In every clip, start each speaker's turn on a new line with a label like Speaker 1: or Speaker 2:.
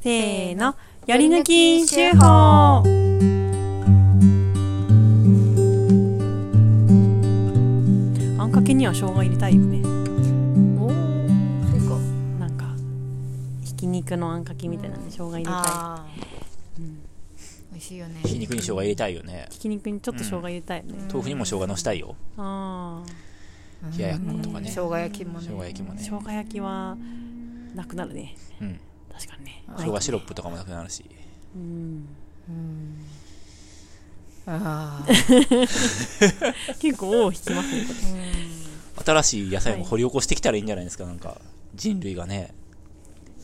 Speaker 1: せーの、より抜き手法。あんかけには生姜入れたいよね。
Speaker 2: おそうか
Speaker 1: なんか。ひき肉のあんかけみたいなのに生姜入れた
Speaker 2: あ
Speaker 1: い。うん
Speaker 2: ー美味しいよね
Speaker 3: ひき肉に生姜入れたいよね
Speaker 1: ひき肉にちょっと生姜入れたいよね。
Speaker 3: 豆腐にも生姜のしたいよ
Speaker 1: ああ。
Speaker 3: 冷ややっことか
Speaker 2: 生
Speaker 3: ね生
Speaker 2: 姜焼きもね
Speaker 3: 姜焼きもね
Speaker 1: 生姜焼きは。なくなるね。
Speaker 3: うん
Speaker 1: 確かにね。
Speaker 3: 生姜シロップとかもなくなるし
Speaker 1: うん。
Speaker 2: うんあ
Speaker 1: 結構尾を引きますね。これ
Speaker 2: ーうん
Speaker 3: 新しい野菜も掘り起こしてきたらいいんじゃないですかなんか人類がね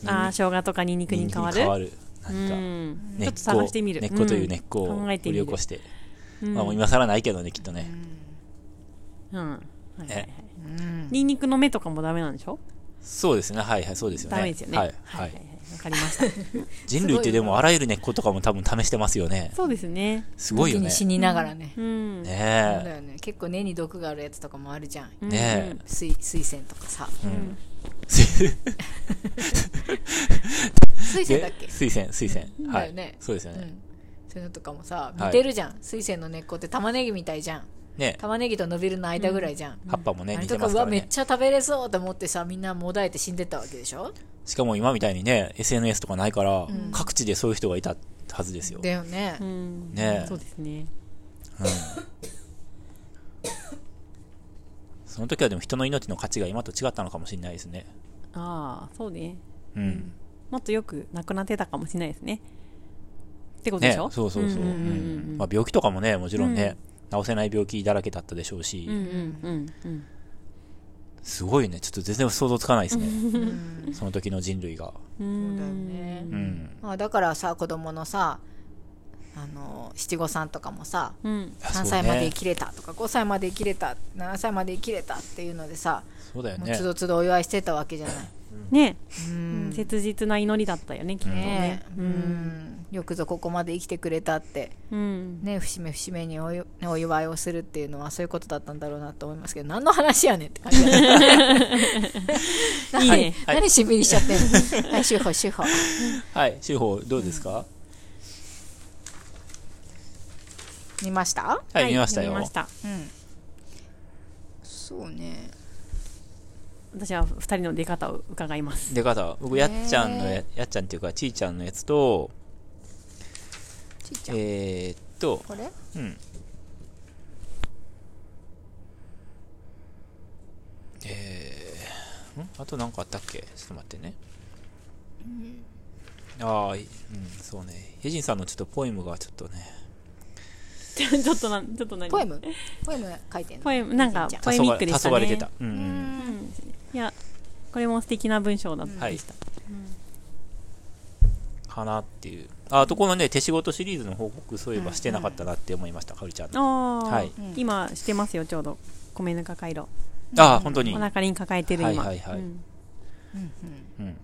Speaker 1: ああ、生姜とかニンニクに変わる。う
Speaker 3: 何か
Speaker 1: ん。
Speaker 3: 根
Speaker 1: ちょっ
Speaker 3: っこと
Speaker 1: 探してみる。
Speaker 3: 根っこという
Speaker 1: ね
Speaker 3: 根っこを
Speaker 1: 考
Speaker 3: 掘
Speaker 1: え
Speaker 3: り
Speaker 1: てみる
Speaker 3: 起こして、
Speaker 1: うん。
Speaker 3: まあもう今更ないけどねきっとね、
Speaker 1: うん。はいはいはい
Speaker 3: ね
Speaker 2: うん
Speaker 1: ニンニクの芽とかもダメなんでしょ
Speaker 3: そうですねはいはいそうですよね
Speaker 1: ダメですよね。
Speaker 3: はい、はい
Speaker 1: わかりま した。
Speaker 3: 人類ってでもあらゆる根っことかも多分試してますよね
Speaker 1: そうですね。
Speaker 3: すごいよ
Speaker 2: 時
Speaker 3: ね
Speaker 2: に死にながらね
Speaker 1: うん。
Speaker 2: そうだ
Speaker 3: ね
Speaker 2: よね結構根に毒があるやつとかもあるじゃん
Speaker 1: うん
Speaker 3: ね
Speaker 2: 水水仙とかさ
Speaker 3: え、う
Speaker 1: うん ん、
Speaker 2: 水仙だっけ
Speaker 3: で水仙水仙は
Speaker 2: だよ
Speaker 3: い、
Speaker 2: ね
Speaker 3: そうですよ
Speaker 2: う
Speaker 3: ね、
Speaker 2: んそういうのとかもさ
Speaker 3: はい
Speaker 2: 似てるじゃん水仙の根っこって玉ねぎみたいじゃん
Speaker 3: ねえ
Speaker 2: 玉ねぎと伸びるの間ぐらいじゃん
Speaker 3: 葉っぱもね
Speaker 2: あれ
Speaker 3: 似
Speaker 2: と
Speaker 3: て
Speaker 2: か
Speaker 3: ま
Speaker 2: う
Speaker 3: すか
Speaker 2: わ
Speaker 3: ら
Speaker 2: めっ
Speaker 3: ね
Speaker 2: ちゃ食べれそうと思ってさみんなもだえて死んでったわけでしょ
Speaker 3: しかも今みたいにね SNS とかないから、
Speaker 2: ん
Speaker 3: 各地でそういう人がいたはずですよ
Speaker 2: だよ ね
Speaker 1: うん。
Speaker 3: ねえ
Speaker 1: そうですね。
Speaker 3: その時はでも人の命の価値が今と違ったのかもしれないですね
Speaker 1: ああ、そうね。
Speaker 3: うん
Speaker 1: もっとよくなくなってたかもしれないですね。ってことで
Speaker 3: ね
Speaker 1: しょ
Speaker 3: そうそうそう、
Speaker 1: ん
Speaker 3: うん
Speaker 1: んうん
Speaker 3: まあ、病気とかもねもちろんね、治せない病気だらけだったでしょうし、
Speaker 1: うんうんうん
Speaker 3: すごいねちょっと全然想像つかないですねその時の人類が
Speaker 1: うん。
Speaker 2: そうだよね
Speaker 1: うん
Speaker 3: うん
Speaker 2: まあだからさ子供のさあの七五三とかもさ
Speaker 1: うん。
Speaker 3: あそう
Speaker 2: 3
Speaker 3: ね
Speaker 2: 歳まで生きれたとか5歳まで生きれた7歳まで生きれたっていうのでさ
Speaker 3: そうだよ
Speaker 2: もう
Speaker 3: ね
Speaker 2: つどつどお祝いしてたわけじゃない
Speaker 1: ね
Speaker 2: うんね
Speaker 1: 切実な祈りだったよね、きっとね。
Speaker 2: えうんよくぞここまで生きてくれたって
Speaker 1: うん。
Speaker 2: ね節目節目におゆお祝いをするっていうのはそういうことだったんだろうなと思いますけど何の話やねんって感じ何
Speaker 1: いいね
Speaker 3: はい
Speaker 2: 何しんびりしちゃってんのはい主婦主婦
Speaker 3: はい修法どうですか、
Speaker 2: 見ました
Speaker 3: はい見ましたよ
Speaker 1: 見ました。
Speaker 2: うんそうね
Speaker 1: 私は二人の出方を伺います。
Speaker 3: 出方僕やっちゃんのややっちゃんっていうかちーちゃんのやつと
Speaker 2: ちいちゃん
Speaker 3: えー、っと
Speaker 2: これ
Speaker 3: うんえー、んあと何かあったっけちょっと待ってね、ああいうんそうねヘジンさんのちょっとポエムがちょっとね
Speaker 1: ちょっとな、ちょっと何
Speaker 2: ポエムポエム書いてんの
Speaker 1: ポエムなんか
Speaker 2: ちいちゃ
Speaker 1: ポエミックでしたね
Speaker 3: 黄昏れてたうん、う、
Speaker 2: うんん
Speaker 1: いや、これも素敵な文章だった。
Speaker 3: はい
Speaker 1: でした
Speaker 3: かなっていうああとこのね手仕事シリーズの報告そういえばしてなかったなって思いましたかおりちゃんの
Speaker 1: ああ、
Speaker 3: はい
Speaker 1: 今してますよ、ちょうど。米ぬか回路。
Speaker 3: ああ本当に
Speaker 1: お腹に抱えてる今。
Speaker 3: はいはいはい
Speaker 1: うん
Speaker 3: うん。か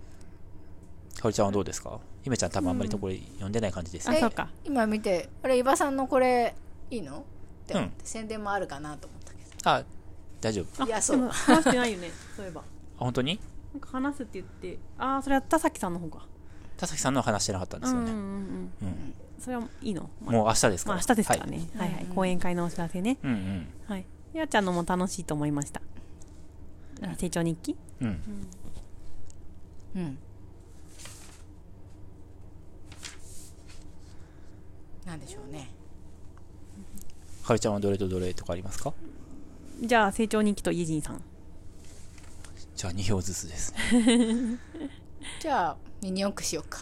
Speaker 3: おりちゃんはどうですかゆめちゃん多分あんまりとこれ読んでない感じです
Speaker 1: あ、
Speaker 3: ね。
Speaker 1: そうか。
Speaker 2: 今見てあれ伊庭さんのこれいいのって思って、
Speaker 3: う
Speaker 2: 宣伝もあるかなと思ったけ
Speaker 3: あ、大丈夫。あ、
Speaker 1: あ
Speaker 2: いやそう
Speaker 1: でも話して ないよね、そういえば。
Speaker 3: 本当に
Speaker 1: なんか話すって言って、ああ、それは田崎さんの方か。
Speaker 3: 田崎さんのは話してなかったんですよ
Speaker 1: うんうん
Speaker 3: ね。
Speaker 1: うんうん。それはいいの。まあ、
Speaker 3: もう明日ですか
Speaker 1: まあ
Speaker 3: ら。
Speaker 1: 明日ですから
Speaker 3: はい。
Speaker 1: ね。はい、はい、講演会のお知らせね。
Speaker 3: うんうん。
Speaker 1: はい。やちゃんのも楽しいと思いました。あ成長日記
Speaker 3: うん。
Speaker 2: どうんなんでしょうね
Speaker 3: かおりちゃんはどれとどれとかありますか
Speaker 1: じゃあ、成長日記とイエジンさん。
Speaker 3: じゃあ2票ずつですね。
Speaker 2: じゃあミニ四駆しようか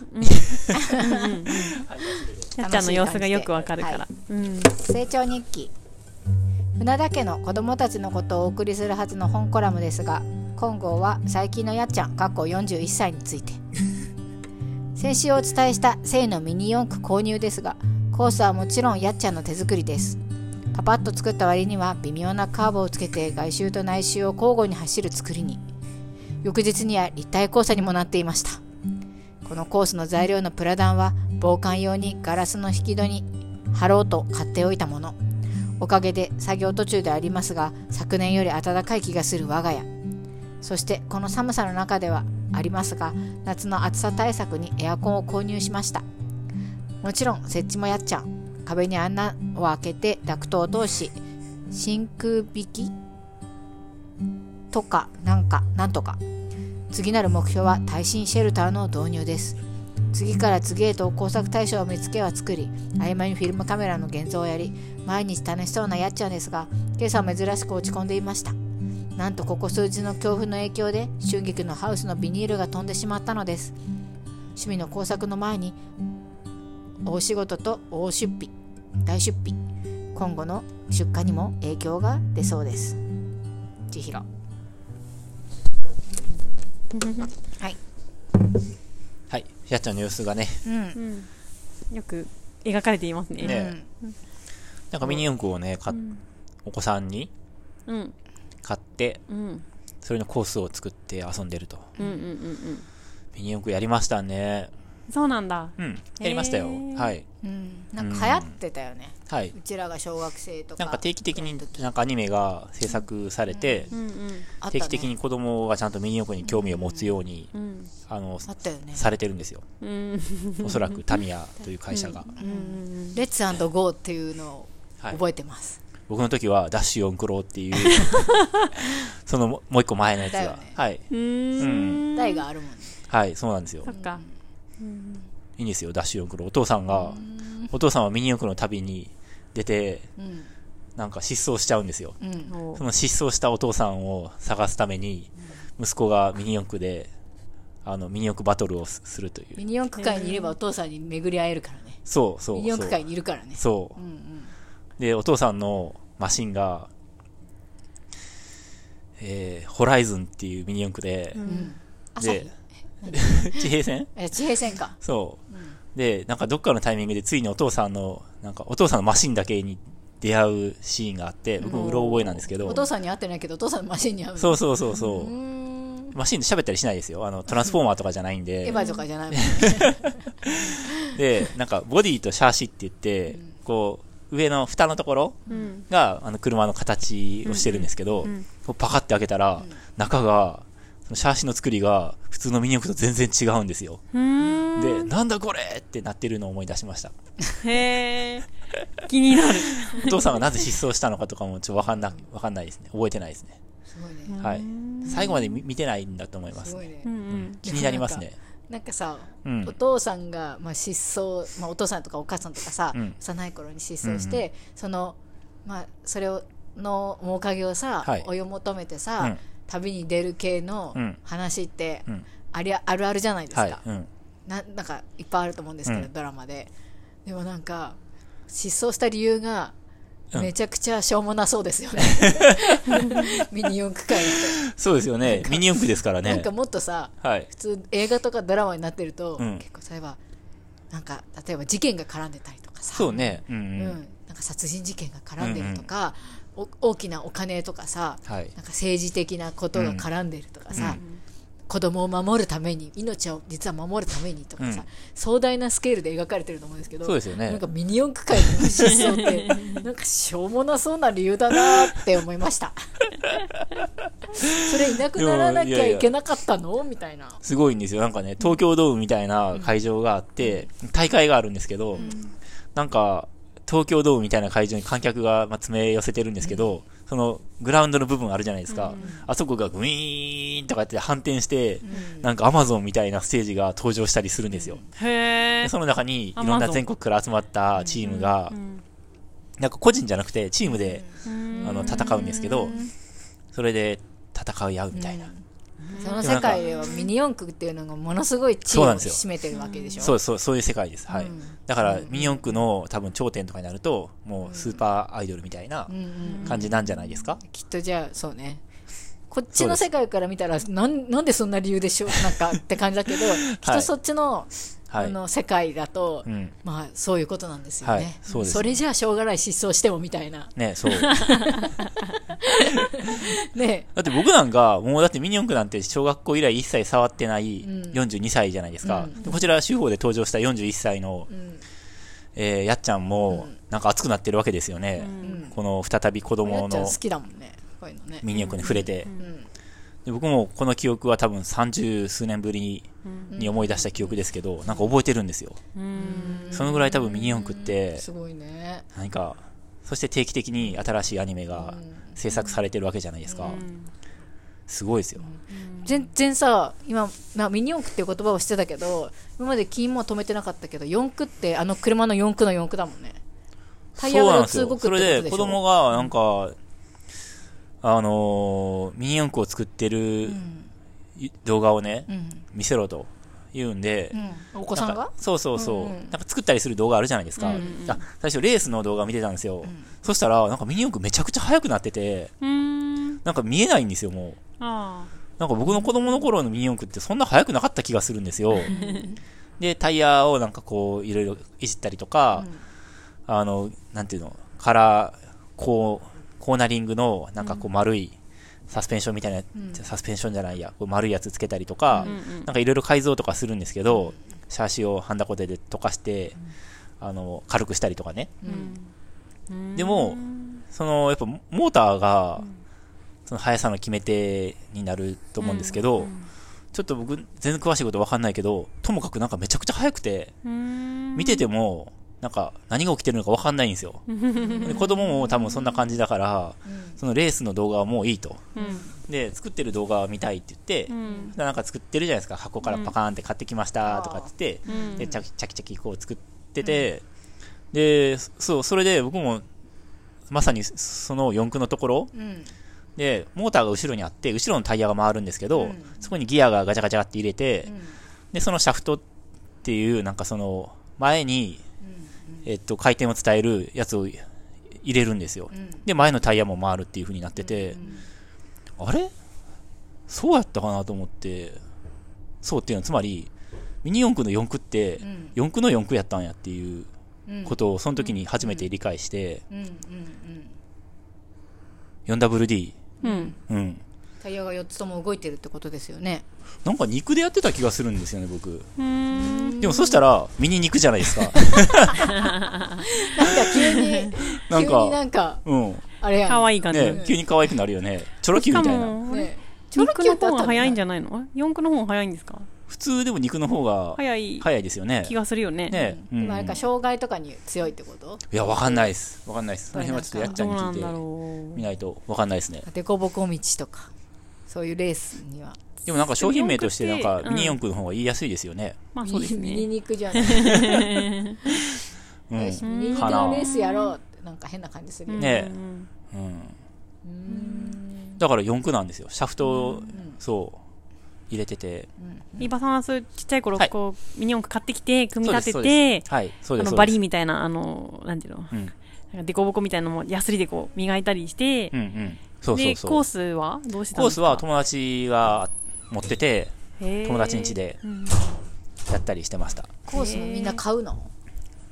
Speaker 1: やっちゃんの様子がよくわかるから。
Speaker 2: は
Speaker 1: うん。
Speaker 2: 成長日記船田家の子供たちのことをお送りするはずの本コラムですが今号は最近のやっちゃんかっこ41歳について先週お伝えした生のミニ四駆購入ですがコースはもちろんやっちゃんの手作りですパパッと作った割には微妙なカーブをつけて外周と内周を交互に走る作りに翌日には立体交差にもなっていましたこのコースの材料のプラダンは防寒用にガラスの引き戸に貼ろうと買っておいたものおかげで作業途中でありますが昨年より暖かい気がする我が家そしてこの寒さの中ではありますが夏の暑さ対策にエアコンを購入しましたもちろん設置もやっちゃう壁に穴を開けてダクトを通し真空引きとかなんかなんとか次なる目標は耐震シェルターの導入です次から次へと工作対象を見つけは作り合間にフィルムカメラの現像をやり毎日楽しそうなやっちゃんですが今朝は珍しく落ち込んでいましたなんとここ数日の強風の影響で春菊のハウスのビニールが飛んでしまったのです趣味の工作の前に大仕事と大出費大出費今後の出荷にも影響が出そうです千尋はい
Speaker 3: はい。やっちゃんの様子がね、
Speaker 2: うん
Speaker 1: うんよく描かれていますね。
Speaker 3: ねなんかミニ四駆をね、かお子さんに
Speaker 1: うん
Speaker 3: 買って、
Speaker 1: うん
Speaker 3: それのコースを作って遊んでると。
Speaker 1: うんうんうんうん。
Speaker 3: ミニ四駆やりましたね。
Speaker 1: そうなんだ。
Speaker 3: うん。やりました
Speaker 1: へ
Speaker 3: よ。
Speaker 1: ー
Speaker 3: はい。
Speaker 2: うん、なんか流行ってたよね、。
Speaker 3: はいう
Speaker 2: ちらが小学生とか
Speaker 3: なんか定期的になんかアニメが制作されて、
Speaker 1: うんうん
Speaker 2: あったね
Speaker 3: 定期的に子供がちゃんとミニ四駆に興味を持つように、
Speaker 1: うん
Speaker 3: あの、
Speaker 2: あったよね
Speaker 3: されてるんですよ。
Speaker 1: うん
Speaker 3: おそらくタミヤという会社が。
Speaker 1: うん
Speaker 2: レッツゴーっていうのを
Speaker 3: はい
Speaker 2: 覚えてます、
Speaker 3: 僕の時はダッシュ四クロって いう、そのももう一個前のやつ
Speaker 2: だよ
Speaker 3: が
Speaker 2: ね。
Speaker 3: はい。
Speaker 1: うん
Speaker 2: 台があるもんね
Speaker 3: はい、そうなんですよ
Speaker 1: そ。っか。うん
Speaker 3: いいんですよ、ダッシュ四駆のお父さんが、お父さんはミニ四駆の旅に出て、
Speaker 2: うん
Speaker 3: なんか失踪しちゃうんですよ。
Speaker 2: うん
Speaker 1: お
Speaker 3: その失踪したお父さんを探すために、息子がミニ四駆で、あの、ミニ四駆バトルをすするとい
Speaker 2: ミ
Speaker 3: う。
Speaker 2: ニ四駆界にいればお父さんに巡り会えるからね
Speaker 3: そうそうそう。
Speaker 2: ミニ四駆界にいるからね
Speaker 3: そ
Speaker 2: うんうん
Speaker 3: う。で、お父さんのマシンが、えー、ホライズンっていうミニ四駆で、
Speaker 2: うん朝
Speaker 3: で
Speaker 2: 日、
Speaker 3: 地平線
Speaker 2: え地平線か
Speaker 3: そう、でなんかどっかのタイミングでついにお父さんのなんかお父さんのマシンだけに出会うシーンがあって僕もうろ覚えなんですけど、
Speaker 2: お父さんに会ってないけどお父さんのマシンに会う
Speaker 3: そううそうそうそう、
Speaker 2: うーん
Speaker 3: マシンで喋ったりしないですよあのトランスフォーマーとかじゃないん
Speaker 2: エヴ
Speaker 3: で
Speaker 2: ァとかじゃないもんね
Speaker 3: でなんかボディとシャーシって言って、こう上の蓋のところ
Speaker 1: うん
Speaker 3: があの車の形をしてるんですけど、
Speaker 1: うん
Speaker 3: こうパカって開けたら、中がそのシャーシの作りが普通のミニオクと全然違うんですよ、
Speaker 1: うん
Speaker 3: でなんだこれってなってるのを思い出しました
Speaker 1: へえ気になる。
Speaker 3: お父さんがなぜ失踪したのかとかもちょっとわかんな、わかんないですね。覚えてないですね。
Speaker 2: すごいね
Speaker 3: はい。最後まで見見てないんだと思いますす
Speaker 2: ご
Speaker 3: ね。
Speaker 2: いね
Speaker 1: うんうん
Speaker 3: 気になりますね。
Speaker 2: なんかさ、
Speaker 3: うん
Speaker 2: お父さんが、まあ、失踪、まあ、お父さんとかお母さんとかさ、
Speaker 3: うん
Speaker 2: 幼い頃に失踪して、その、まあ、それをの面影をさ、
Speaker 3: はい
Speaker 2: 追い求めてさ、
Speaker 3: うん
Speaker 2: 旅に出る系の
Speaker 3: うん
Speaker 2: 話って、
Speaker 3: うん
Speaker 2: ありゃあるあるじゃないですか、
Speaker 3: はい。うん。
Speaker 2: ななんかいっぱいあると思うんですけど、
Speaker 3: うん
Speaker 2: ドラマででもなんか失踪した理由が
Speaker 3: うん
Speaker 2: めちゃくちゃしょうもなそうです よね、ミニ四駆界って
Speaker 3: そうですよね。ミニ四駆ですから
Speaker 2: なん
Speaker 3: ね
Speaker 2: か。もっとさ
Speaker 3: はい
Speaker 2: 普。通映画とかドラマになってると、
Speaker 3: うん
Speaker 2: 結構例えばなんか例えば事件が絡んでたりとかさ
Speaker 3: そうね。うん
Speaker 2: う
Speaker 3: うんん。
Speaker 2: なんか殺人事件が絡んでるとか、お大きなお金とかさ
Speaker 3: はい。
Speaker 2: なんか政治的なことが絡んでるとかさ、子供を守るために命を実は守るためにとかさ、
Speaker 3: うん
Speaker 2: 壮大なスケールで描かれてると思うんですけど
Speaker 3: そうですよね
Speaker 2: なんかミニ四駆界の失踪って なんかしょうもなそうな理由だなって思いましたそれいなくならなきゃいけなかったのみたいな
Speaker 3: すごいんですよ。なんかね、東京ドームみたいな会場があって、大会があるんですけど、なんか、東京ドームみたいな会場に観客がまあ詰め寄せてるんですけど、そのグラウンドの部分あるじゃないですか。あそこがグイーンとかやって反転して、なんかアマゾンみたいなステージが登場したりするんですよ。
Speaker 1: へ
Speaker 3: で
Speaker 1: え。
Speaker 3: その中にいろん
Speaker 1: Amazon
Speaker 3: な全国から集まったチームが
Speaker 1: う、ん
Speaker 3: なんか個人じゃなくてチームで
Speaker 1: うん
Speaker 3: あの戦うんですけど、それで戦い合うみたいな。
Speaker 2: その世界ではミニ四駆っていうのがものすごい地位
Speaker 3: そう
Speaker 2: を
Speaker 3: なんですよ
Speaker 2: 占めてるわけでしょ
Speaker 3: そうそう、そういう世界です。はい。
Speaker 2: うん
Speaker 3: だから、ミニ四駆の多分頂点とかになると、もうスーパーアイドルみたいな
Speaker 2: うんうん
Speaker 3: 感じなんじゃないですか。
Speaker 2: きっとじゃあそうねこっちの世界から見たらなんなんでそんな理由でしょう なんかって感じだけど、きっとそっちの,、
Speaker 3: は
Speaker 2: あ
Speaker 3: い
Speaker 2: の世界だと、
Speaker 3: うん
Speaker 2: まあそういうことなんですよね,、
Speaker 3: はいそうです
Speaker 2: れじゃあしょうがない失踪してもみたいな
Speaker 3: ね、そう。
Speaker 2: ね
Speaker 3: だって僕なんか、もうだってミニ四駆なんて小学校以来一切触ってない42歳じゃないですか。でこちら、主法で登場した41歳の、えーやっちゃんも、なんか熱くなってるわけですよね。この再び子
Speaker 2: や
Speaker 3: 供
Speaker 2: っちゃん
Speaker 3: の
Speaker 2: 好きだもんねこういうのね
Speaker 3: ミニ四駆に触れて。で僕もこの記憶は多分30数年ぶり
Speaker 1: うん
Speaker 3: に思い出した記憶ですけど、なんか覚えてるんですよ。
Speaker 1: うん
Speaker 3: そのぐらい多分ミニ四駆って
Speaker 2: すごいね
Speaker 3: 何か、そして定期的に新しいアニメが制作されてるわけじゃないですか。すごいですよ。
Speaker 2: 全然さ今、まあ、ミニ四駆っていう言葉をしてたけど今まで金も止めてなかったけど四駆ってあの車の四駆の四駆だもんねタイヤ
Speaker 3: そうなん
Speaker 2: が
Speaker 3: です
Speaker 2: 通
Speaker 3: よ。
Speaker 2: 告って
Speaker 3: そ
Speaker 2: こと
Speaker 3: れ
Speaker 2: でしょ
Speaker 3: で子供がなんか、あのーミニ四駆を作ってる
Speaker 2: うん
Speaker 3: 動画をね、
Speaker 2: うん
Speaker 3: 見せろと言うんで、
Speaker 2: うん、お子さん
Speaker 3: な
Speaker 2: が
Speaker 3: かそうそうそう、
Speaker 2: うんうん
Speaker 3: なんか作ったりする動画あるじゃないですか、
Speaker 2: うんうん
Speaker 1: うん
Speaker 3: あ最初レースの動画見てたんですよ、
Speaker 2: ん
Speaker 3: そしたらなんかミニ四駆めちゃくちゃ速くなってて
Speaker 1: うん
Speaker 3: なんか見えないんですよもう
Speaker 1: あ
Speaker 3: なんか僕の子供の頃のミニ四駆ってそんな速くなかった気がするんですよでタイヤをなんかこういろいろいじったりとか、あのなんていうのカラーこうコーナリングのなんかこう丸いサスペンションみたいな、
Speaker 2: ん
Speaker 3: サスペンションじゃないやこう丸いやつつけたりと
Speaker 1: あ
Speaker 3: か、
Speaker 1: うん
Speaker 3: なんかいろいろ改造とかするんですけど、シャーシをハンダコテで溶かして、あの、軽くしたりとかね。
Speaker 1: うん
Speaker 3: でも
Speaker 1: うん
Speaker 3: その、やっぱモーターが、その速さの決め手になると思うんですけど、ちょっと僕、全然詳しいことわかんないけど、ともかくなんかめちゃくちゃ速くて、
Speaker 1: うん
Speaker 3: 見てても、なんか何が起きてるのかわかんないんですよ。で子供も多分そんな感じだから、そのレースの動画はもういいと。で、作ってる動画を見たいって言って、
Speaker 1: うん
Speaker 3: なんか作ってるじゃないですか。箱からパカーンって買ってきましたとかって言って、
Speaker 1: うん
Speaker 3: で、チャキチャキチャキこう作ってて、で、そそう、それで僕も、まさにその四駆のところ
Speaker 2: うん
Speaker 3: で、モーターが後ろにあって、後ろのタイヤが回るんですけど、
Speaker 2: うん
Speaker 3: そこにギアがガチャガチャって入れて、
Speaker 2: うん
Speaker 3: で、そのシャフトっていう、なんかその、前に、えっと、回転を伝えるやつを入れるんですよ
Speaker 2: う。ん
Speaker 3: で、前のタイヤも回るっていう風になってて、あれそうやったかなと思って、そうっていうのは、つまり、ミニ四駆の四駆って、
Speaker 2: うん
Speaker 3: 四駆の四駆やったんやっていう
Speaker 2: うん
Speaker 3: ことを、その時に初めて理解して、
Speaker 2: うんうんうん、
Speaker 3: 4WD、
Speaker 1: うん
Speaker 3: うん。
Speaker 2: タイヤが4つとも動いてるってことですよね
Speaker 3: なんか肉でやってた気がするんですよね、僕。
Speaker 1: うん
Speaker 3: でもそしたら、ミニ肉じゃないです
Speaker 2: な
Speaker 3: か。
Speaker 2: んか急に
Speaker 3: なん
Speaker 2: 急に
Speaker 3: か、
Speaker 2: なんか
Speaker 3: うん。
Speaker 2: あれやん
Speaker 1: 可愛い感じ
Speaker 3: ね急に可愛くなるよね。チョロキューみたいな。
Speaker 1: な
Speaker 2: ね
Speaker 1: チョロキューの方が早いんじ
Speaker 2: ゃ
Speaker 1: ゃないのえ四駆の方が早いんですか
Speaker 3: 普通でも肉の方が
Speaker 1: 早い
Speaker 3: 早いですよね
Speaker 1: 気。がするよね
Speaker 3: ねうん
Speaker 2: でもあれか障害とかに強いってこと
Speaker 3: いや、わかんないです。わかんないです。その辺はちょっとやっちゃ
Speaker 1: ど
Speaker 3: ん
Speaker 1: う
Speaker 3: に
Speaker 1: なんだ
Speaker 3: 聞いて
Speaker 1: ろ
Speaker 3: みないとわかんないですね。
Speaker 2: 凸凹道とかそういうレースには
Speaker 3: でもなんか商品名としてなん
Speaker 1: 四駆っ
Speaker 3: か
Speaker 1: て
Speaker 3: ミニ四駆の方が言いやすいですよね。
Speaker 1: うまあそうです
Speaker 2: ミニ
Speaker 1: ね
Speaker 2: 肉じゃない
Speaker 3: うん。
Speaker 2: ミ
Speaker 3: う
Speaker 2: ニ肉のレースやろうってなんか変な感じするよね
Speaker 3: ね
Speaker 1: うん
Speaker 3: ん。
Speaker 2: うん
Speaker 3: だから四駆なんですよ。シャフトを、そう、入れてて。
Speaker 1: 伊庭さんはそういうちっちゃい頃
Speaker 3: はい
Speaker 1: こうミニ四駆買ってきて組み立
Speaker 3: そう
Speaker 1: て
Speaker 3: で
Speaker 1: て
Speaker 3: すそうですはい、そう
Speaker 1: あ
Speaker 3: で
Speaker 1: の
Speaker 3: す。そうです
Speaker 1: バリーみたいなあのなんていうの
Speaker 3: うん。
Speaker 1: なんかデコボコみたいなのもヤスリでこう磨いたりして、
Speaker 3: うんうん。そうそう
Speaker 1: で
Speaker 3: そう。
Speaker 1: コースはどうしてたん
Speaker 3: コー
Speaker 1: です
Speaker 3: ス
Speaker 1: か
Speaker 3: は友達が持ってて、
Speaker 1: へー
Speaker 3: 友達ん家で
Speaker 1: うん
Speaker 3: やったりしてました。
Speaker 2: コースもみんな買うの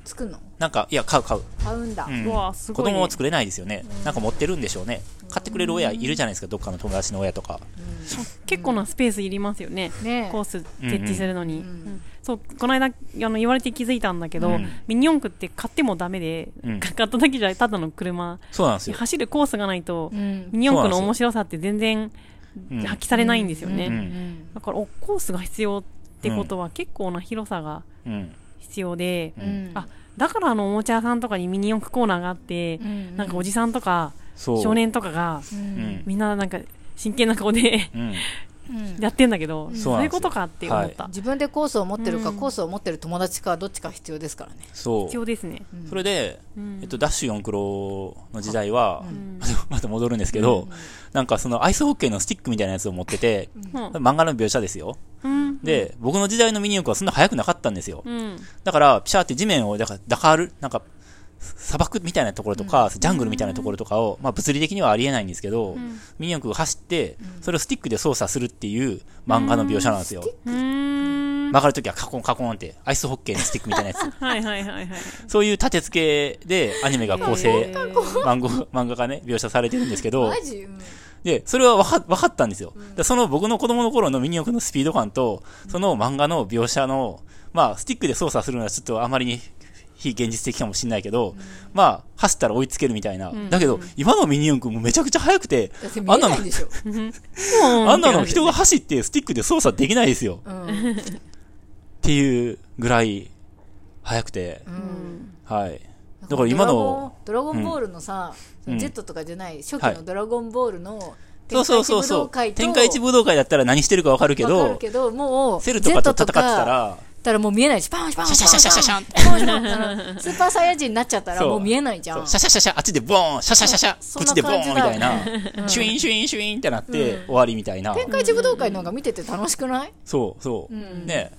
Speaker 2: 作るの
Speaker 3: なんか、いや、買う買う。
Speaker 2: 買うんだ
Speaker 3: うん
Speaker 1: うわす
Speaker 3: 子
Speaker 1: ごいね
Speaker 3: 供は作れないですよね。なんか持ってるんでしょうね。買ってくれる親いるじゃないですか、どっかの友達の親とか。
Speaker 1: 結構なスペースいりますよね
Speaker 2: ね
Speaker 1: コース設置するのに、
Speaker 2: うんうん
Speaker 1: うんそうこの間あの言われて気づいたんだけど、
Speaker 3: うん
Speaker 1: ミニ四駆って買ってもダメで、
Speaker 3: うん
Speaker 1: 買っただけじゃただの車
Speaker 3: そうなんですよ。
Speaker 1: 走るコースがないと、
Speaker 2: うん
Speaker 1: ミニ四駆の面白さって全然
Speaker 3: うん
Speaker 1: 発揮されないんですよね、
Speaker 3: うん
Speaker 1: だからおコースが必要ってことは結構な広さが
Speaker 3: うん。
Speaker 1: 必要で、
Speaker 3: う
Speaker 2: うんん
Speaker 1: あだからあのおもちゃ屋さんとかにミニ四駆コーナーがあって、
Speaker 2: うん
Speaker 1: なんかおじさんとか
Speaker 3: そう。
Speaker 1: 少年とかが
Speaker 2: う
Speaker 3: うんん。
Speaker 1: みんななんか真剣な顔で
Speaker 3: うん。
Speaker 2: うん
Speaker 1: やってんだけど
Speaker 3: そう
Speaker 1: そ
Speaker 3: なん
Speaker 1: うい
Speaker 3: ですよ
Speaker 1: うことかって思った、
Speaker 2: 自分でコースを持ってるか
Speaker 1: うん
Speaker 2: コースを持ってる友達かどっちか必要ですからね
Speaker 3: そ
Speaker 1: 必要
Speaker 3: う。
Speaker 1: ですね、
Speaker 2: うん
Speaker 3: それで、
Speaker 1: うん
Speaker 3: えっと、ダッシュ四クロの時代は
Speaker 1: う、ん
Speaker 3: また戻るんですけど、なんかそのアイスホッケーのスティックみたいなやつを持ってて、
Speaker 1: うん
Speaker 3: 漫画の描写ですよ。
Speaker 1: うん
Speaker 3: で、僕の時代のミニ四駆はそんな速くなかったんですよ。
Speaker 1: うん
Speaker 3: だから、ピシャーって地面を、だから、ダカール、なんか、砂漠みたいなところとか、ジャングルみたいなところとかを、まあ物理的にはありえないんですけど、
Speaker 1: ん
Speaker 3: ミニ四駆が走って、それをスティックで操作するっていう漫画の描写なんですよ。
Speaker 1: うん
Speaker 3: 曲がるときはカコンカコンって、アイスホッケーのスティックみたいなやつ。
Speaker 1: はいはいはいはい
Speaker 3: そういう立て付けでアニメが構成
Speaker 1: え、ー
Speaker 3: 漫画、漫画がね、描写されてるんですけど
Speaker 2: マ、ジうん
Speaker 3: で、それは分か分かったんですよ。だからその僕の子供の頃のミニ四駆のスピード感と、その漫画の描写の、まあ、スティックで操作するのはちょっとあまりに非現実的かもしれないけど、まあ、走ったら追いつけるみたいな。
Speaker 1: ん
Speaker 3: だけど、今のミニ四駆もめちゃくちゃ速くて、
Speaker 2: だって見えないんでしょ。
Speaker 3: あんなの人が走ってスティックで操作できないですよ。
Speaker 2: うん。
Speaker 3: っていうぐらい、速くて、
Speaker 2: う
Speaker 1: うんん
Speaker 3: はい。だから今の
Speaker 2: ドラゴンボールのさ、
Speaker 3: うん
Speaker 2: ジェットとかじゃない、初期
Speaker 3: は
Speaker 2: の
Speaker 3: い
Speaker 2: ドラゴンボールの
Speaker 3: そうそうそうそう。天
Speaker 2: 天
Speaker 3: 下
Speaker 2: 下
Speaker 3: 一
Speaker 2: 一武
Speaker 3: 武道会だったら何してるかわかるけ
Speaker 2: わかる
Speaker 3: ど、
Speaker 2: けど、もう、
Speaker 3: セルとかと戦っ
Speaker 2: ジェットと
Speaker 3: てた、
Speaker 2: からだからもう見えないし、パンパンパンパン
Speaker 3: シャシャシャシャシャン
Speaker 2: パンパンパンスーパーサイヤ人になっちゃったら
Speaker 3: そう
Speaker 2: もう見えないじゃ。
Speaker 3: そうんシャシャシャシャ、あっちでボーン、シャシャシャシャ、
Speaker 2: そ
Speaker 3: こっちでボーン
Speaker 2: そん
Speaker 3: み
Speaker 2: な
Speaker 3: た
Speaker 2: 感
Speaker 3: い
Speaker 2: じ
Speaker 3: な、シュインシュインシュインってなって
Speaker 2: うん
Speaker 3: 終わりみたいな。
Speaker 2: 天下一武道会の方が見てて楽しくない
Speaker 3: そうそう。
Speaker 2: うん
Speaker 3: ね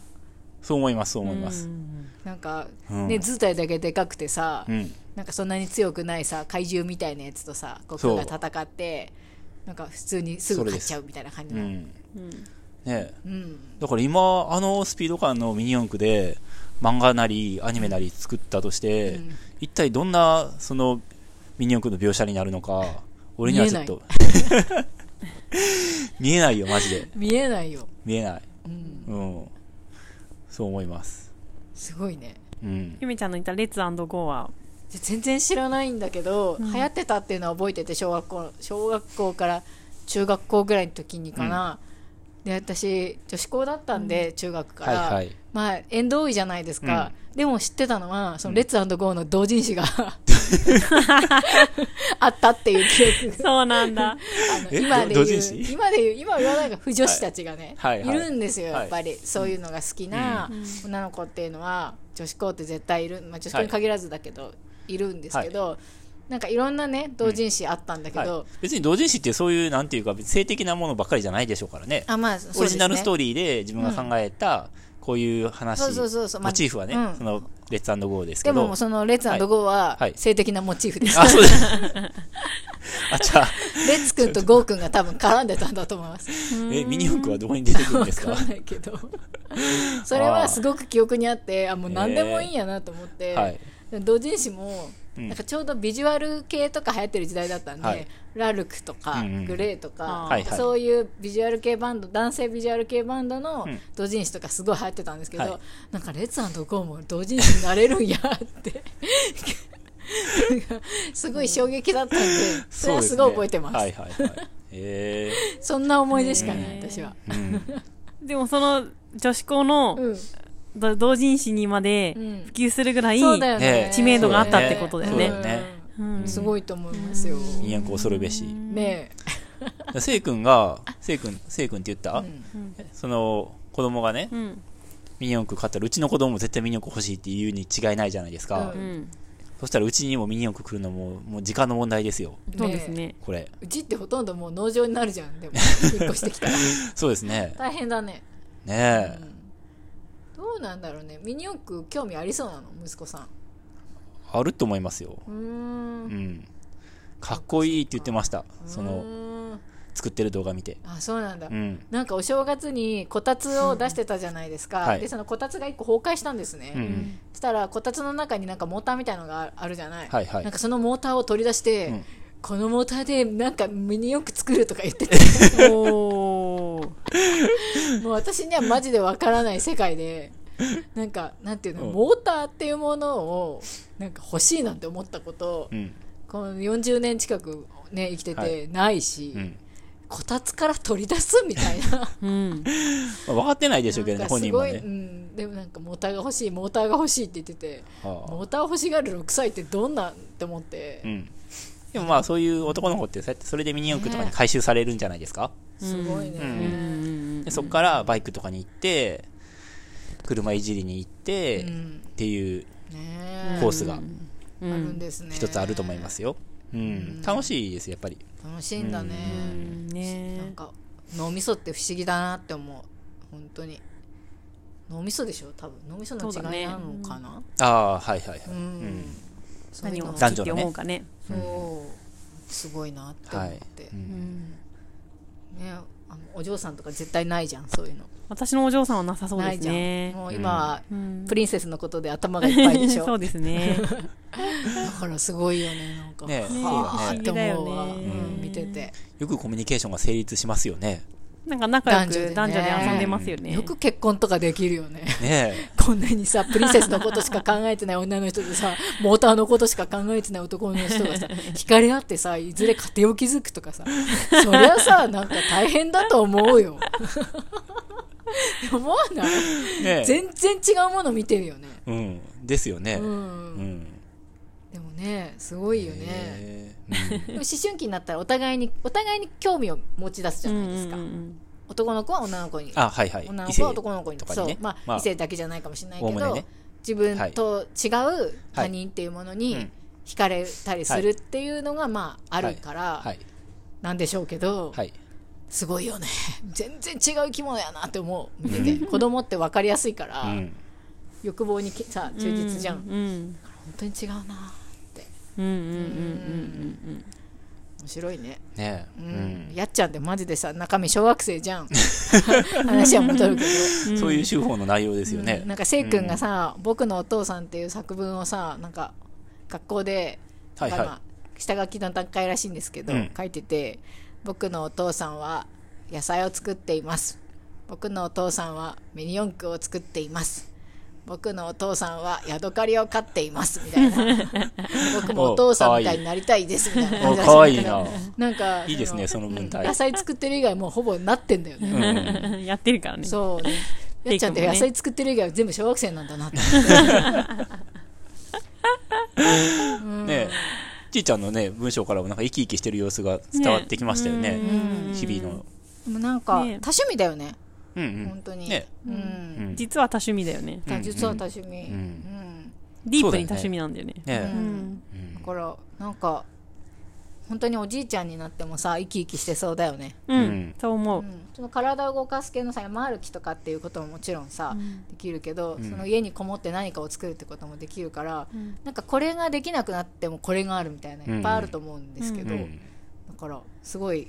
Speaker 3: そう思います、そう思います。
Speaker 2: なんか、
Speaker 3: うん
Speaker 2: ね、図体だけでかくてさ、
Speaker 3: うん。
Speaker 2: なんかそんなに強くないさ、怪獣みたいなやつとさ、悟空が戦って、なんか普通にすぐ勝っちゃうみたいな感じ
Speaker 3: う
Speaker 2: の。
Speaker 3: ん。ね
Speaker 2: うん。
Speaker 3: だから今、あのスピード感のミニ四駆で、漫画なり、アニメなり作ったとして、
Speaker 2: うん
Speaker 3: 一体どんな、その、ミニ四駆の描写になるのか、俺にはちょっと。 見えないよ、マジで。
Speaker 2: 見えないよ。
Speaker 3: 見えない。
Speaker 2: うん。
Speaker 3: うん。そう思います。
Speaker 2: すごいね。
Speaker 3: うん。
Speaker 1: ゆめちゃんの言ったレッツゴーは、
Speaker 2: 全然知らないんだけど、流行ってたっていうのは覚えてて小学校小学校から中学校ぐらいの時にかな、で私女子校だったんで、中学から、
Speaker 3: はいはい
Speaker 2: まあ縁遠いじゃないですか、でも知ってたのはその「レッツゴー」の同人誌が あったっていう記憶
Speaker 1: そうなんだ。
Speaker 2: あの
Speaker 3: え
Speaker 2: 今で
Speaker 3: ど同
Speaker 2: 言
Speaker 3: 人
Speaker 2: う
Speaker 3: 誌
Speaker 2: 今で言う今は言わないが不女子たちがね、
Speaker 3: は
Speaker 2: い
Speaker 3: いはいはい
Speaker 2: るんですよやっぱり、そういうのが好きな女の子っていうのは女子校って絶対いる、まあ、女子校に限らずだけど、い、るんですけど、なんかいろんなね同人誌あったんだけど、
Speaker 3: はい、別に同人誌ってそういう、なんていうか、性的なものばっかりじゃないでしょうからね。
Speaker 2: あまあそうですね
Speaker 3: オリジナルストーリーで自分が考えた、こういう話、
Speaker 2: そうそうそうそうまあ
Speaker 3: モチーフはね、
Speaker 2: うん
Speaker 3: その、レッツゴーですけ
Speaker 2: で
Speaker 3: ど。
Speaker 2: ももうその「レッツゴー」は
Speaker 3: はい
Speaker 2: 性的なモチーフです、
Speaker 3: あ、そうです。あ、じゃあ、
Speaker 2: レッツ君とゴー君が多分絡んでたんだと思います
Speaker 3: え、ミニ四駆はどこに出てくるんですか
Speaker 2: わかんないけどそれはすごく記憶にあってあもう何でもいいんやなと思って、
Speaker 3: はい。
Speaker 2: 同人誌も
Speaker 3: うん
Speaker 2: なんかちょうどビジュアル系とか流行ってる時代だったんで、
Speaker 3: はい
Speaker 2: ラルクとか、
Speaker 3: うんうん
Speaker 2: グレーと
Speaker 1: あ
Speaker 2: か、
Speaker 1: ー
Speaker 3: はいはい
Speaker 2: そういうビジュアル系バンド男性ビジュアル系バンドの
Speaker 3: うん
Speaker 2: 同人誌とかすごい流行ってたんですけど、
Speaker 3: はい
Speaker 2: なんかレッツゴーも同人誌になれるんやってすごい衝撃だったんでそれはすごい覚えてますそ
Speaker 3: そうですねはいはいはい。え
Speaker 2: んな思い出しかない
Speaker 1: へー
Speaker 2: 私は、
Speaker 3: ー、うん。
Speaker 1: でもその女子校の
Speaker 2: うん
Speaker 1: ど同人誌にまで
Speaker 2: うん
Speaker 1: 普及するぐらい、
Speaker 2: そうだよね
Speaker 3: ね
Speaker 1: 知名度があったってことだよね
Speaker 3: そうだよね
Speaker 1: うん
Speaker 2: うんすごいと思いますよ、
Speaker 3: ミニ四駆恐るべし。
Speaker 2: ね
Speaker 3: せいくんが、せいくん、せいくんって言った、
Speaker 2: え、うん
Speaker 3: その、子供がね、
Speaker 1: うん。
Speaker 3: ミニ四駆買ったら、うちの子供も絶対ミニ四駆欲しいって言うに違いないじゃないですか。
Speaker 2: う
Speaker 1: うん。
Speaker 3: そしたらうちにもミニ四駆来るのも、もう時間の問題ですよ。
Speaker 1: そうですね。
Speaker 3: これ。
Speaker 2: うちってほとんどもう農場になるじゃんでも引っ越してきたら
Speaker 3: そうですね。
Speaker 2: 大変だね、
Speaker 3: ね
Speaker 2: う
Speaker 3: え。
Speaker 2: んどうなんだろうねミニ四駆興味ありそうなの息子さ
Speaker 3: あると思いますよ。
Speaker 2: んうー
Speaker 3: うんん。かっこいいって言ってました。その、
Speaker 2: の
Speaker 3: 作ってる動画見て。
Speaker 2: あそうなんだ、
Speaker 3: うん。
Speaker 2: なんかお正月にこたつを出してたじゃないですか、
Speaker 3: はい
Speaker 2: でそのこたつが一個崩壊したんですね、
Speaker 3: うんうん。
Speaker 2: そしたらこたつの中になんかモーターみたいのがあるじゃない、
Speaker 3: はいはい
Speaker 2: なんかそのモーターを取り出して、
Speaker 3: うん
Speaker 2: このモーターでなんかミニ四駆作るとか言ってて
Speaker 1: おー。
Speaker 2: もう私にはマジでわからない世界でなんかなんていうの、
Speaker 3: うん
Speaker 2: モーターっていうものをなんか欲しいなんて思ったこと、
Speaker 3: うん。
Speaker 2: この40年近くね生きて
Speaker 3: は
Speaker 2: て
Speaker 3: い
Speaker 2: ないし、
Speaker 3: うん。
Speaker 2: こたつから取り出すみ たいな
Speaker 1: うん。
Speaker 3: まあ、分かってないでしょうけど
Speaker 2: な
Speaker 3: ね、
Speaker 2: んか
Speaker 3: 本
Speaker 2: す
Speaker 3: 人も
Speaker 2: ごい、う
Speaker 3: ね。
Speaker 2: ん、でもなんかモーターが欲しいモーターが欲しいって言ってて
Speaker 3: は
Speaker 2: モーター欲しがる6歳ってどんなんって思って
Speaker 3: あ、うん。でもまあ、そういう男の子って、そうやってそれでミニ四駆とかに回収されるんじゃないですか。
Speaker 2: すごいね、
Speaker 1: うんうん
Speaker 3: でそこからバイクとかに行って、車いじりに行って、
Speaker 2: うん
Speaker 3: っていう
Speaker 2: ねえ
Speaker 3: コースが
Speaker 1: う
Speaker 2: あるん
Speaker 1: ん。
Speaker 2: ですね
Speaker 3: 一つあると思いますよ。うん。楽しいです、やっぱり。
Speaker 2: 楽しいんだね、
Speaker 1: うんね
Speaker 2: なんか脳みそって不思議だなって思う本当に脳みそでしょ多分脳みその
Speaker 1: そうだね
Speaker 2: 違いなのかな
Speaker 3: ああ、はいはいはい。
Speaker 2: う,、んそういう
Speaker 1: 何を
Speaker 2: の
Speaker 1: 好きって思うかね。
Speaker 2: そうすごいなって
Speaker 3: は
Speaker 2: 思っ
Speaker 3: い
Speaker 2: て、。
Speaker 3: う
Speaker 1: うんん
Speaker 2: ねあのお嬢さんとか絶対ないじゃんそういうの
Speaker 1: 私のお嬢さんはなさそう
Speaker 2: な
Speaker 1: で
Speaker 2: い
Speaker 1: す
Speaker 2: じゃん、
Speaker 1: ね。
Speaker 2: もう今は、
Speaker 1: うん
Speaker 2: プリンセスのことで頭がいっぱいでしょ
Speaker 1: そうですね。
Speaker 2: だからすごいよねなんか
Speaker 3: ねえ
Speaker 2: はあ
Speaker 3: ね
Speaker 1: え
Speaker 2: って思うわ、
Speaker 1: 不思議だよね
Speaker 2: うん見てて
Speaker 3: よくコミュニケーションが成立しますよね。
Speaker 1: なんか仲良
Speaker 2: 男女でね
Speaker 1: く男女で遊んでますよね。
Speaker 2: よく結婚とかできるよね
Speaker 3: ね
Speaker 2: こんなにさプリンセスのことしか考えてない女の人とさモーターのことしか考えてない男の 人がさ惹かれ合ってさいずれ家庭を築くとかさそりゃさなんか大変だと思うよ 思わない
Speaker 3: え。ねえ。
Speaker 2: 全然違うもの見てるよね
Speaker 3: うん。ですよね。
Speaker 2: う
Speaker 3: うんん。
Speaker 2: でもねすごいよね
Speaker 3: へえう
Speaker 2: で
Speaker 3: ん
Speaker 2: も思春期になったらお互いにお互いに興味を持ち出すじゃないですか、
Speaker 1: うんうんうん
Speaker 2: 男の子は女の子に
Speaker 3: あ、はい はい。
Speaker 2: 女の
Speaker 3: 異
Speaker 2: 子
Speaker 3: 性
Speaker 2: は男の子に
Speaker 3: とかにね
Speaker 2: そうまあ、
Speaker 3: まあ
Speaker 2: 異性だけじゃないかもしれないけ
Speaker 3: おおむ
Speaker 2: ど、
Speaker 3: ねね
Speaker 2: 自分と違う他人っていうもの
Speaker 3: はいはい
Speaker 2: に
Speaker 3: うん
Speaker 2: 惹かれたりするっていうのがまああるから
Speaker 3: はい。
Speaker 2: なんでしょうけど、
Speaker 3: はい。
Speaker 2: すごいよね全然違う生き物やなって思う見てて子供って分かりやすいから、
Speaker 3: うん。
Speaker 2: 欲望にきさ忠実じゃ
Speaker 1: う
Speaker 2: ん、
Speaker 1: んうん
Speaker 2: 本当に違うなって
Speaker 1: うんうんうん
Speaker 2: 面白いね
Speaker 3: ねえ。
Speaker 2: う
Speaker 3: うんん。
Speaker 2: やっちゃんってマジでさ中身小学生じゃん 話は戻るけど
Speaker 1: うんうん。
Speaker 3: そういう手法の内容ですよね
Speaker 2: うん。なんかせい君がさ、僕のお父さん」っていう作文をさなんか学校で、
Speaker 3: はい
Speaker 2: なんかま
Speaker 3: は
Speaker 2: あ下書きの段階らしいんですけど、
Speaker 3: うん。
Speaker 2: 書いてて「僕のお父さんは野菜を作っています」「僕のお父さんはミニ四駆を作っています」僕のお父さんはヤドカリを飼っていますみたいな僕もお父さんみたいになりたいですみたいない感
Speaker 3: お、
Speaker 2: じらし
Speaker 3: かわいい
Speaker 2: んだけど
Speaker 3: な。
Speaker 2: なんか
Speaker 3: いいですね、その
Speaker 2: うん
Speaker 3: 文体
Speaker 2: 野。菜作ってる以外もうほぼなってんだよね、
Speaker 3: うんうん。
Speaker 1: うん。 やってるからね。
Speaker 2: そう ね。
Speaker 1: ね
Speaker 2: やっちゃんって野菜作ってる以外は全部小学生なんだなって。うん
Speaker 3: ねえ。ちいちゃんのね、文章からもなんか生き生きしてる様子が伝わってきましたよね。
Speaker 1: うん
Speaker 3: 日々の。
Speaker 2: でもなんか、
Speaker 1: ねえ
Speaker 2: 多趣味だよね。
Speaker 3: うん
Speaker 2: 本当に。
Speaker 3: ね
Speaker 2: う。
Speaker 3: うんん。ね
Speaker 1: 実は多趣味だよね。
Speaker 2: だ実は多趣味。
Speaker 3: うん
Speaker 2: うん。
Speaker 1: ディープに多趣味なんだよね。
Speaker 3: え
Speaker 1: う。ん。
Speaker 3: うん
Speaker 2: だから、なんか、本当におじいちゃんになってもさ、生き生きしてそうだよね。
Speaker 1: うんん。
Speaker 3: うん
Speaker 1: そう
Speaker 2: う
Speaker 1: 思う。
Speaker 2: ん。その体を動かす系のさ、山歩きとかっていうことももちろんさ、できるけど、
Speaker 3: ん
Speaker 2: その家にこもって何かを作るってこともできるから、
Speaker 1: ん
Speaker 2: なんかこれができなくなってもこれがあるみたいな、
Speaker 3: うん
Speaker 2: いっぱいあると思うんですけど、
Speaker 3: うん
Speaker 2: だからすごい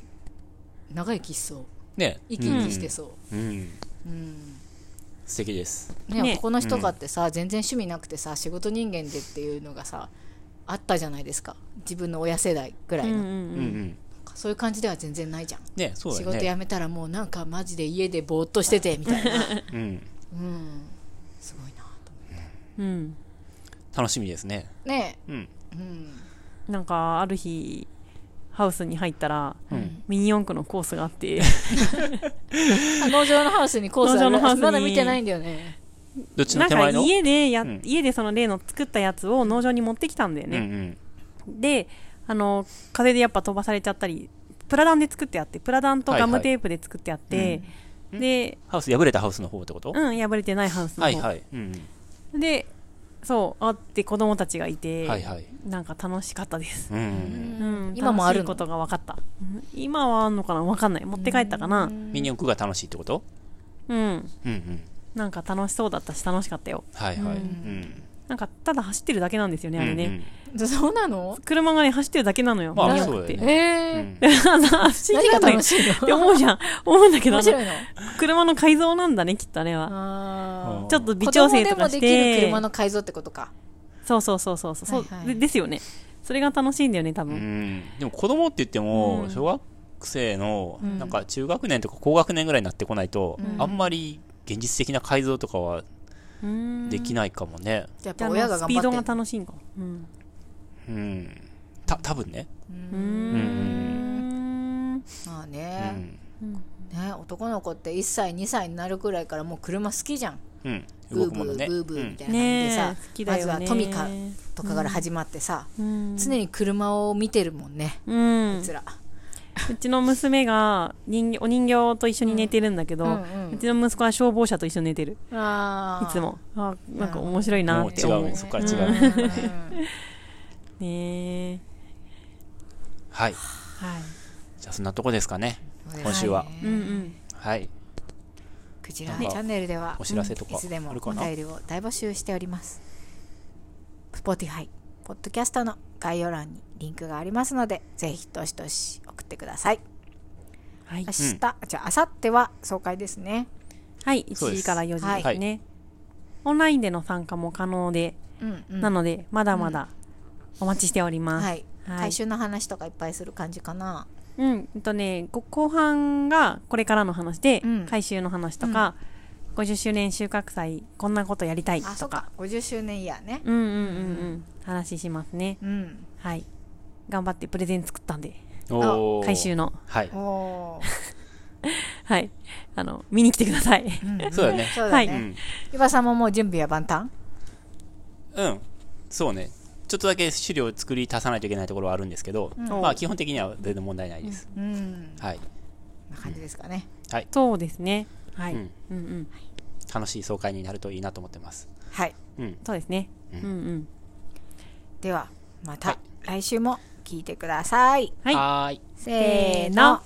Speaker 2: 長生きしそう
Speaker 3: ねえ
Speaker 2: 生き生きしてそ
Speaker 3: うんうん。
Speaker 2: う、うん
Speaker 3: 素敵です。
Speaker 2: ね
Speaker 1: ね
Speaker 2: 男の人がってさ、全然趣味なくてさ仕事人間でっていうのがさあったじゃないですか自分の親世代ぐら
Speaker 1: う
Speaker 2: い
Speaker 1: ん
Speaker 2: の、
Speaker 1: うん
Speaker 2: なん
Speaker 3: うん
Speaker 1: うん。
Speaker 3: ん。
Speaker 2: かそういう感じでは全然ないじゃん、
Speaker 3: ねえそう
Speaker 2: 仕
Speaker 3: だよ
Speaker 2: 事
Speaker 3: ね。
Speaker 2: 辞めたらもうなんかマジで家でぼーっとしててみ たいな
Speaker 3: う
Speaker 2: う
Speaker 3: ん。
Speaker 2: んすごいなと思
Speaker 1: うん。
Speaker 3: 楽しみですね。
Speaker 2: うね
Speaker 3: うん。
Speaker 2: えうん
Speaker 1: なんかある日ハウスに入ったら、
Speaker 3: うん
Speaker 1: ミニ四駆のコースがあって
Speaker 2: あ農場のハウスにコースあ
Speaker 1: 農場
Speaker 2: る
Speaker 1: のハウスに
Speaker 2: まだ見てないんだよね
Speaker 3: どっち
Speaker 1: な
Speaker 3: の
Speaker 1: ん
Speaker 3: 手
Speaker 1: か
Speaker 3: 前の
Speaker 1: 家でや、
Speaker 3: うん
Speaker 1: 家でその例の作ったやつを農場に持ってきたんだよ
Speaker 3: うんう
Speaker 1: ね、
Speaker 3: ん。
Speaker 1: であの風でやっぱ飛ばされちゃったりプラダンで作ってあってプラダンとガムテープで作ってあって、
Speaker 3: はいはい
Speaker 1: で
Speaker 3: ハウス、破れたハウスの方ってこと
Speaker 1: うん破れてないハウスの
Speaker 3: はい
Speaker 1: 方、
Speaker 3: はい。うん
Speaker 1: でそうあって子供たちがいて、
Speaker 3: うん。はいはい。
Speaker 1: なんか楽しかったです、
Speaker 3: うんう
Speaker 2: うん
Speaker 3: ん。
Speaker 1: うん、
Speaker 2: 今もあるの
Speaker 1: 楽しいことが分かったうん今はあんのかな分かんない持って帰ったかな
Speaker 3: ミニ四駆が楽しいってこと
Speaker 1: うん
Speaker 3: うんうん。
Speaker 1: なんか楽しそうだったし楽しかったよ
Speaker 3: はいは
Speaker 2: う
Speaker 3: い。うんん。
Speaker 1: なんかただ走ってるだけなんですよね、あれね。
Speaker 2: そうなの
Speaker 1: 車がね、走ってるだけなのよ。
Speaker 3: まあ
Speaker 1: 見なく
Speaker 3: そうだよ
Speaker 1: て
Speaker 3: ね
Speaker 2: え
Speaker 3: うん。う
Speaker 2: え
Speaker 3: ん
Speaker 1: 走り
Speaker 2: 何が
Speaker 1: 方
Speaker 2: 楽
Speaker 1: 楽
Speaker 2: しい
Speaker 1: って
Speaker 2: の
Speaker 1: 思うじゃん。 思うんだけど、
Speaker 2: 面
Speaker 1: あ
Speaker 2: 白
Speaker 1: の
Speaker 2: いの
Speaker 1: 車の改造なんだね、きっとあれは。
Speaker 2: あ
Speaker 3: ー
Speaker 1: ちょっと微調整とかし
Speaker 2: 子供でもできる
Speaker 1: て。
Speaker 2: 車の改造ってことか
Speaker 1: そうそうそうそうそう、
Speaker 2: はいはい
Speaker 1: で。ですよね。それが楽しいんだよね、多
Speaker 3: う
Speaker 1: 分。
Speaker 3: ん。でも子供って言って
Speaker 1: う
Speaker 3: も、
Speaker 1: ん
Speaker 3: 小学生の
Speaker 2: う、ん
Speaker 3: なんか中学年とか高学年ぐらいになってこないと
Speaker 2: う、ん
Speaker 3: あんまり現実的な改造とかは
Speaker 1: うん。
Speaker 3: でき
Speaker 1: な
Speaker 3: ないかもね。
Speaker 2: じ
Speaker 1: じゃ
Speaker 2: ゃあやっぱ
Speaker 1: あ
Speaker 2: 親が
Speaker 1: ス
Speaker 2: 頑
Speaker 1: ピード
Speaker 2: 張
Speaker 1: が
Speaker 2: って
Speaker 1: 楽しいんか。うん。
Speaker 3: うん。た、多分ね。
Speaker 2: う
Speaker 1: うー
Speaker 2: ん
Speaker 1: ん。
Speaker 2: まあ
Speaker 3: う
Speaker 2: ね,、
Speaker 3: ん。
Speaker 2: ね男の子って1歳2歳になるくらいからもう車好きじゃん
Speaker 3: うん。
Speaker 2: ブー
Speaker 3: 動く
Speaker 2: ブ
Speaker 3: もの
Speaker 2: ー
Speaker 3: ね。
Speaker 2: ブーブーみたいな感じで
Speaker 1: ねえ
Speaker 2: さ、、
Speaker 1: 好きだよね。
Speaker 2: まずはトミカとかから始まってさ、
Speaker 1: うん。
Speaker 2: 常に車を見てるもんね
Speaker 1: うん。
Speaker 2: こいつら、
Speaker 1: うちの娘が人形お人形と一緒に寝てるんだけど、
Speaker 2: う
Speaker 1: うん
Speaker 2: うん
Speaker 1: ちの息子は消防車と一緒に寝てる
Speaker 2: あ
Speaker 1: いつもあなんか面白いな
Speaker 3: も
Speaker 1: っ
Speaker 3: う
Speaker 1: て
Speaker 3: 違
Speaker 1: 思う
Speaker 3: うね。そっから違う。
Speaker 2: う
Speaker 1: ねえ
Speaker 3: はい。
Speaker 1: はい
Speaker 3: じゃあそんなとこですかね。 今週は
Speaker 1: うんうん
Speaker 3: はい。
Speaker 2: クジラ
Speaker 3: な
Speaker 2: チ
Speaker 3: んか
Speaker 2: ャンネルでは
Speaker 3: お知らせと
Speaker 2: い
Speaker 3: か
Speaker 2: つでも
Speaker 3: ある
Speaker 2: お
Speaker 3: かな
Speaker 2: 便りを大募集しております Spotify ポッドキャストの概要欄にリンクがありますのでぜひどしどし送ってください
Speaker 1: はい
Speaker 2: 明、日、じゃあ明後日は総会ですね
Speaker 1: はい、
Speaker 3: そう
Speaker 1: 1
Speaker 3: で
Speaker 1: 時
Speaker 3: す
Speaker 1: から4時
Speaker 2: は
Speaker 1: で
Speaker 2: い
Speaker 1: すね、オンラインでの参加も可能で、
Speaker 2: うんうん
Speaker 1: なのでまだまだお待ちしております、
Speaker 2: はい、
Speaker 1: はい
Speaker 2: 回収の話とかいっぱいする感じかな
Speaker 1: うん、えっとね、ご後半がこれからの話で、
Speaker 2: うん
Speaker 1: 回収の話とか、50周年収穫祭、こんなことやりたいとか、
Speaker 2: あそっか50周年イヤーね
Speaker 1: うんうんうんうん、話しますね。
Speaker 2: うん
Speaker 1: はい。頑張ってプレゼン作ったんで、
Speaker 3: おー
Speaker 1: 回収の。
Speaker 3: はい。
Speaker 2: おー
Speaker 1: はい。あの、見に来てください。
Speaker 2: ん
Speaker 3: そうだね
Speaker 2: そうだ
Speaker 1: は
Speaker 2: ね、
Speaker 1: い
Speaker 4: うん。
Speaker 2: ゆばさんももう準備は万端
Speaker 3: うん。そうね。ちょっとだけ資料を作り足さないといけないところはあるんですけど、
Speaker 2: ん
Speaker 3: まあ基本的には全然問題ないです。
Speaker 2: うん
Speaker 3: はい。
Speaker 2: こんな感じですかね
Speaker 1: そうですね。はい。
Speaker 3: う
Speaker 1: うんんうん。
Speaker 3: 楽しい総会になるといいなと思ってます。
Speaker 2: はい
Speaker 3: うん。
Speaker 1: そうですね。
Speaker 3: う
Speaker 1: うんんうん。
Speaker 2: ではま
Speaker 3: は
Speaker 2: た来週も聞いてください
Speaker 1: はい。
Speaker 3: はーい。
Speaker 2: せーの